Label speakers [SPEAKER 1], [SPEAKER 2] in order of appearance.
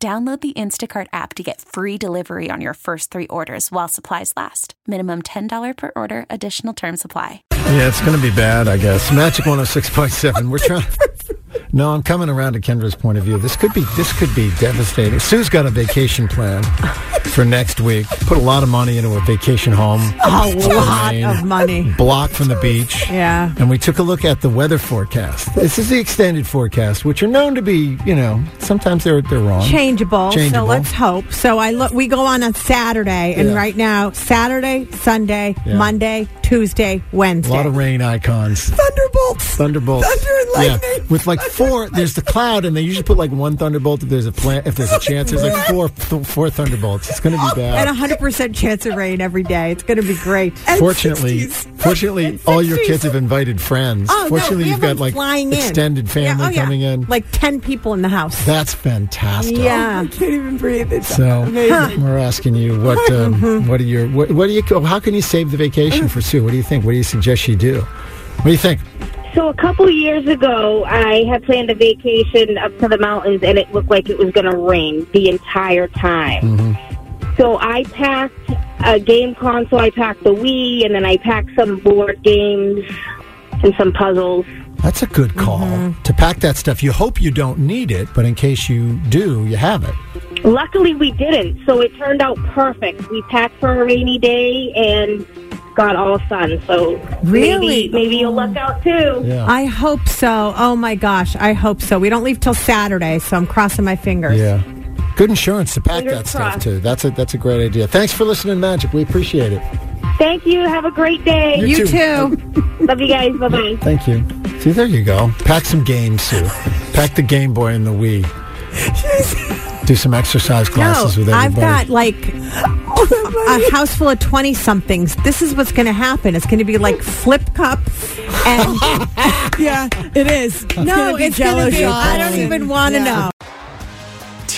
[SPEAKER 1] Download the Instacart app to get free delivery on your first three orders while supplies last. Minimum $10 per order, additional term supply.
[SPEAKER 2] Yeah, it's going to be bad, I guess. Magic 106.7. We're trying. No, I'm coming around to Kendra's point of view. This could be this could be devastating. Sue's got a vacation plan for next week. Put a lot of money into a vacation home.
[SPEAKER 3] A lot
[SPEAKER 2] Maine,
[SPEAKER 3] of money.
[SPEAKER 2] Block from the beach.
[SPEAKER 3] Yeah.
[SPEAKER 2] And we took a look at the weather forecast. This is the extended forecast, which are known to be, you know, sometimes they're they're wrong.
[SPEAKER 3] Changeable, So
[SPEAKER 2] Changeable.
[SPEAKER 3] let's hope. So I look. We go on on Saturday, and
[SPEAKER 2] Yeah.
[SPEAKER 3] right now Saturday, Sunday,
[SPEAKER 2] Yeah.
[SPEAKER 3] Monday, Tuesday,
[SPEAKER 2] A
[SPEAKER 3] Wednesday.
[SPEAKER 2] lot of rain icons.
[SPEAKER 3] thunderbolts.
[SPEAKER 2] Thunderbolts.
[SPEAKER 3] Thunder and
[SPEAKER 2] Yeah.
[SPEAKER 3] lightning.
[SPEAKER 2] With like four, there's the cloud, and they usually put like one thunderbolt if there's a plant, if there's a chance. There's like four, th- four thunderbolts. It's going to be
[SPEAKER 3] Oh, And a
[SPEAKER 2] bad.
[SPEAKER 3] hundred percent chance of rain every day. It's going to be great.
[SPEAKER 2] Fortunately, fortunately, all your kids have invited friends.
[SPEAKER 3] Oh,
[SPEAKER 2] Fortunately,
[SPEAKER 3] no, we
[SPEAKER 2] you've
[SPEAKER 3] have
[SPEAKER 2] got
[SPEAKER 3] them
[SPEAKER 2] like
[SPEAKER 3] flying in.
[SPEAKER 2] extended
[SPEAKER 3] Yeah,
[SPEAKER 2] family
[SPEAKER 3] oh, yeah.
[SPEAKER 2] coming in.
[SPEAKER 3] Like ten people in the house.
[SPEAKER 2] That's fantastic.
[SPEAKER 3] yeah.
[SPEAKER 4] Oh, can't even breathe. It's
[SPEAKER 2] So we're asking you what
[SPEAKER 3] Mm-hmm.
[SPEAKER 2] um, what are your what, what do you how can you save the vacation for Sue? What do you think? What do you suggest she do? What do you think?
[SPEAKER 5] So a couple years ago, I had planned a vacation up to the mountains, and it looked like it was going to rain the entire time. So I packed a game console, I packed the Wii, and then I packed some board games and some puzzles.
[SPEAKER 2] That's a good call to pack that stuff. You hope you don't need it, but in case you do, you have it.
[SPEAKER 5] Luckily, we didn't, so it turned out perfect. We packed for a rainy day and got all sun. So
[SPEAKER 3] Really?
[SPEAKER 5] maybe, maybe you'll luck out too.
[SPEAKER 2] Yeah.
[SPEAKER 3] I hope so. Oh my gosh, I hope so. We don't leave till Saturday, so I'm crossing my fingers.
[SPEAKER 2] Yeah. Good insurance to pack
[SPEAKER 5] Fingers
[SPEAKER 2] that stuff
[SPEAKER 5] crossed.
[SPEAKER 2] too. That's a that's a great idea. Thanks for listening, Magic. We appreciate it.
[SPEAKER 5] Thank you. Have a great day.
[SPEAKER 3] You
[SPEAKER 2] too.
[SPEAKER 3] too.
[SPEAKER 5] Love you guys. Bye bye.
[SPEAKER 2] Thank you. See, there you go. Pack some games, Sue. Pack the Game Boy and the Wii. Do some exercise classes with
[SPEAKER 3] I've
[SPEAKER 2] everybody.
[SPEAKER 3] got like a house full of 20 somethings. This is what's going to happen. It's going to be like flip cup and
[SPEAKER 4] yeah, it is.
[SPEAKER 3] no,
[SPEAKER 4] be
[SPEAKER 3] it's going to
[SPEAKER 4] jealous
[SPEAKER 3] be
[SPEAKER 4] of
[SPEAKER 3] I don't
[SPEAKER 4] Colin.
[SPEAKER 3] even want to know.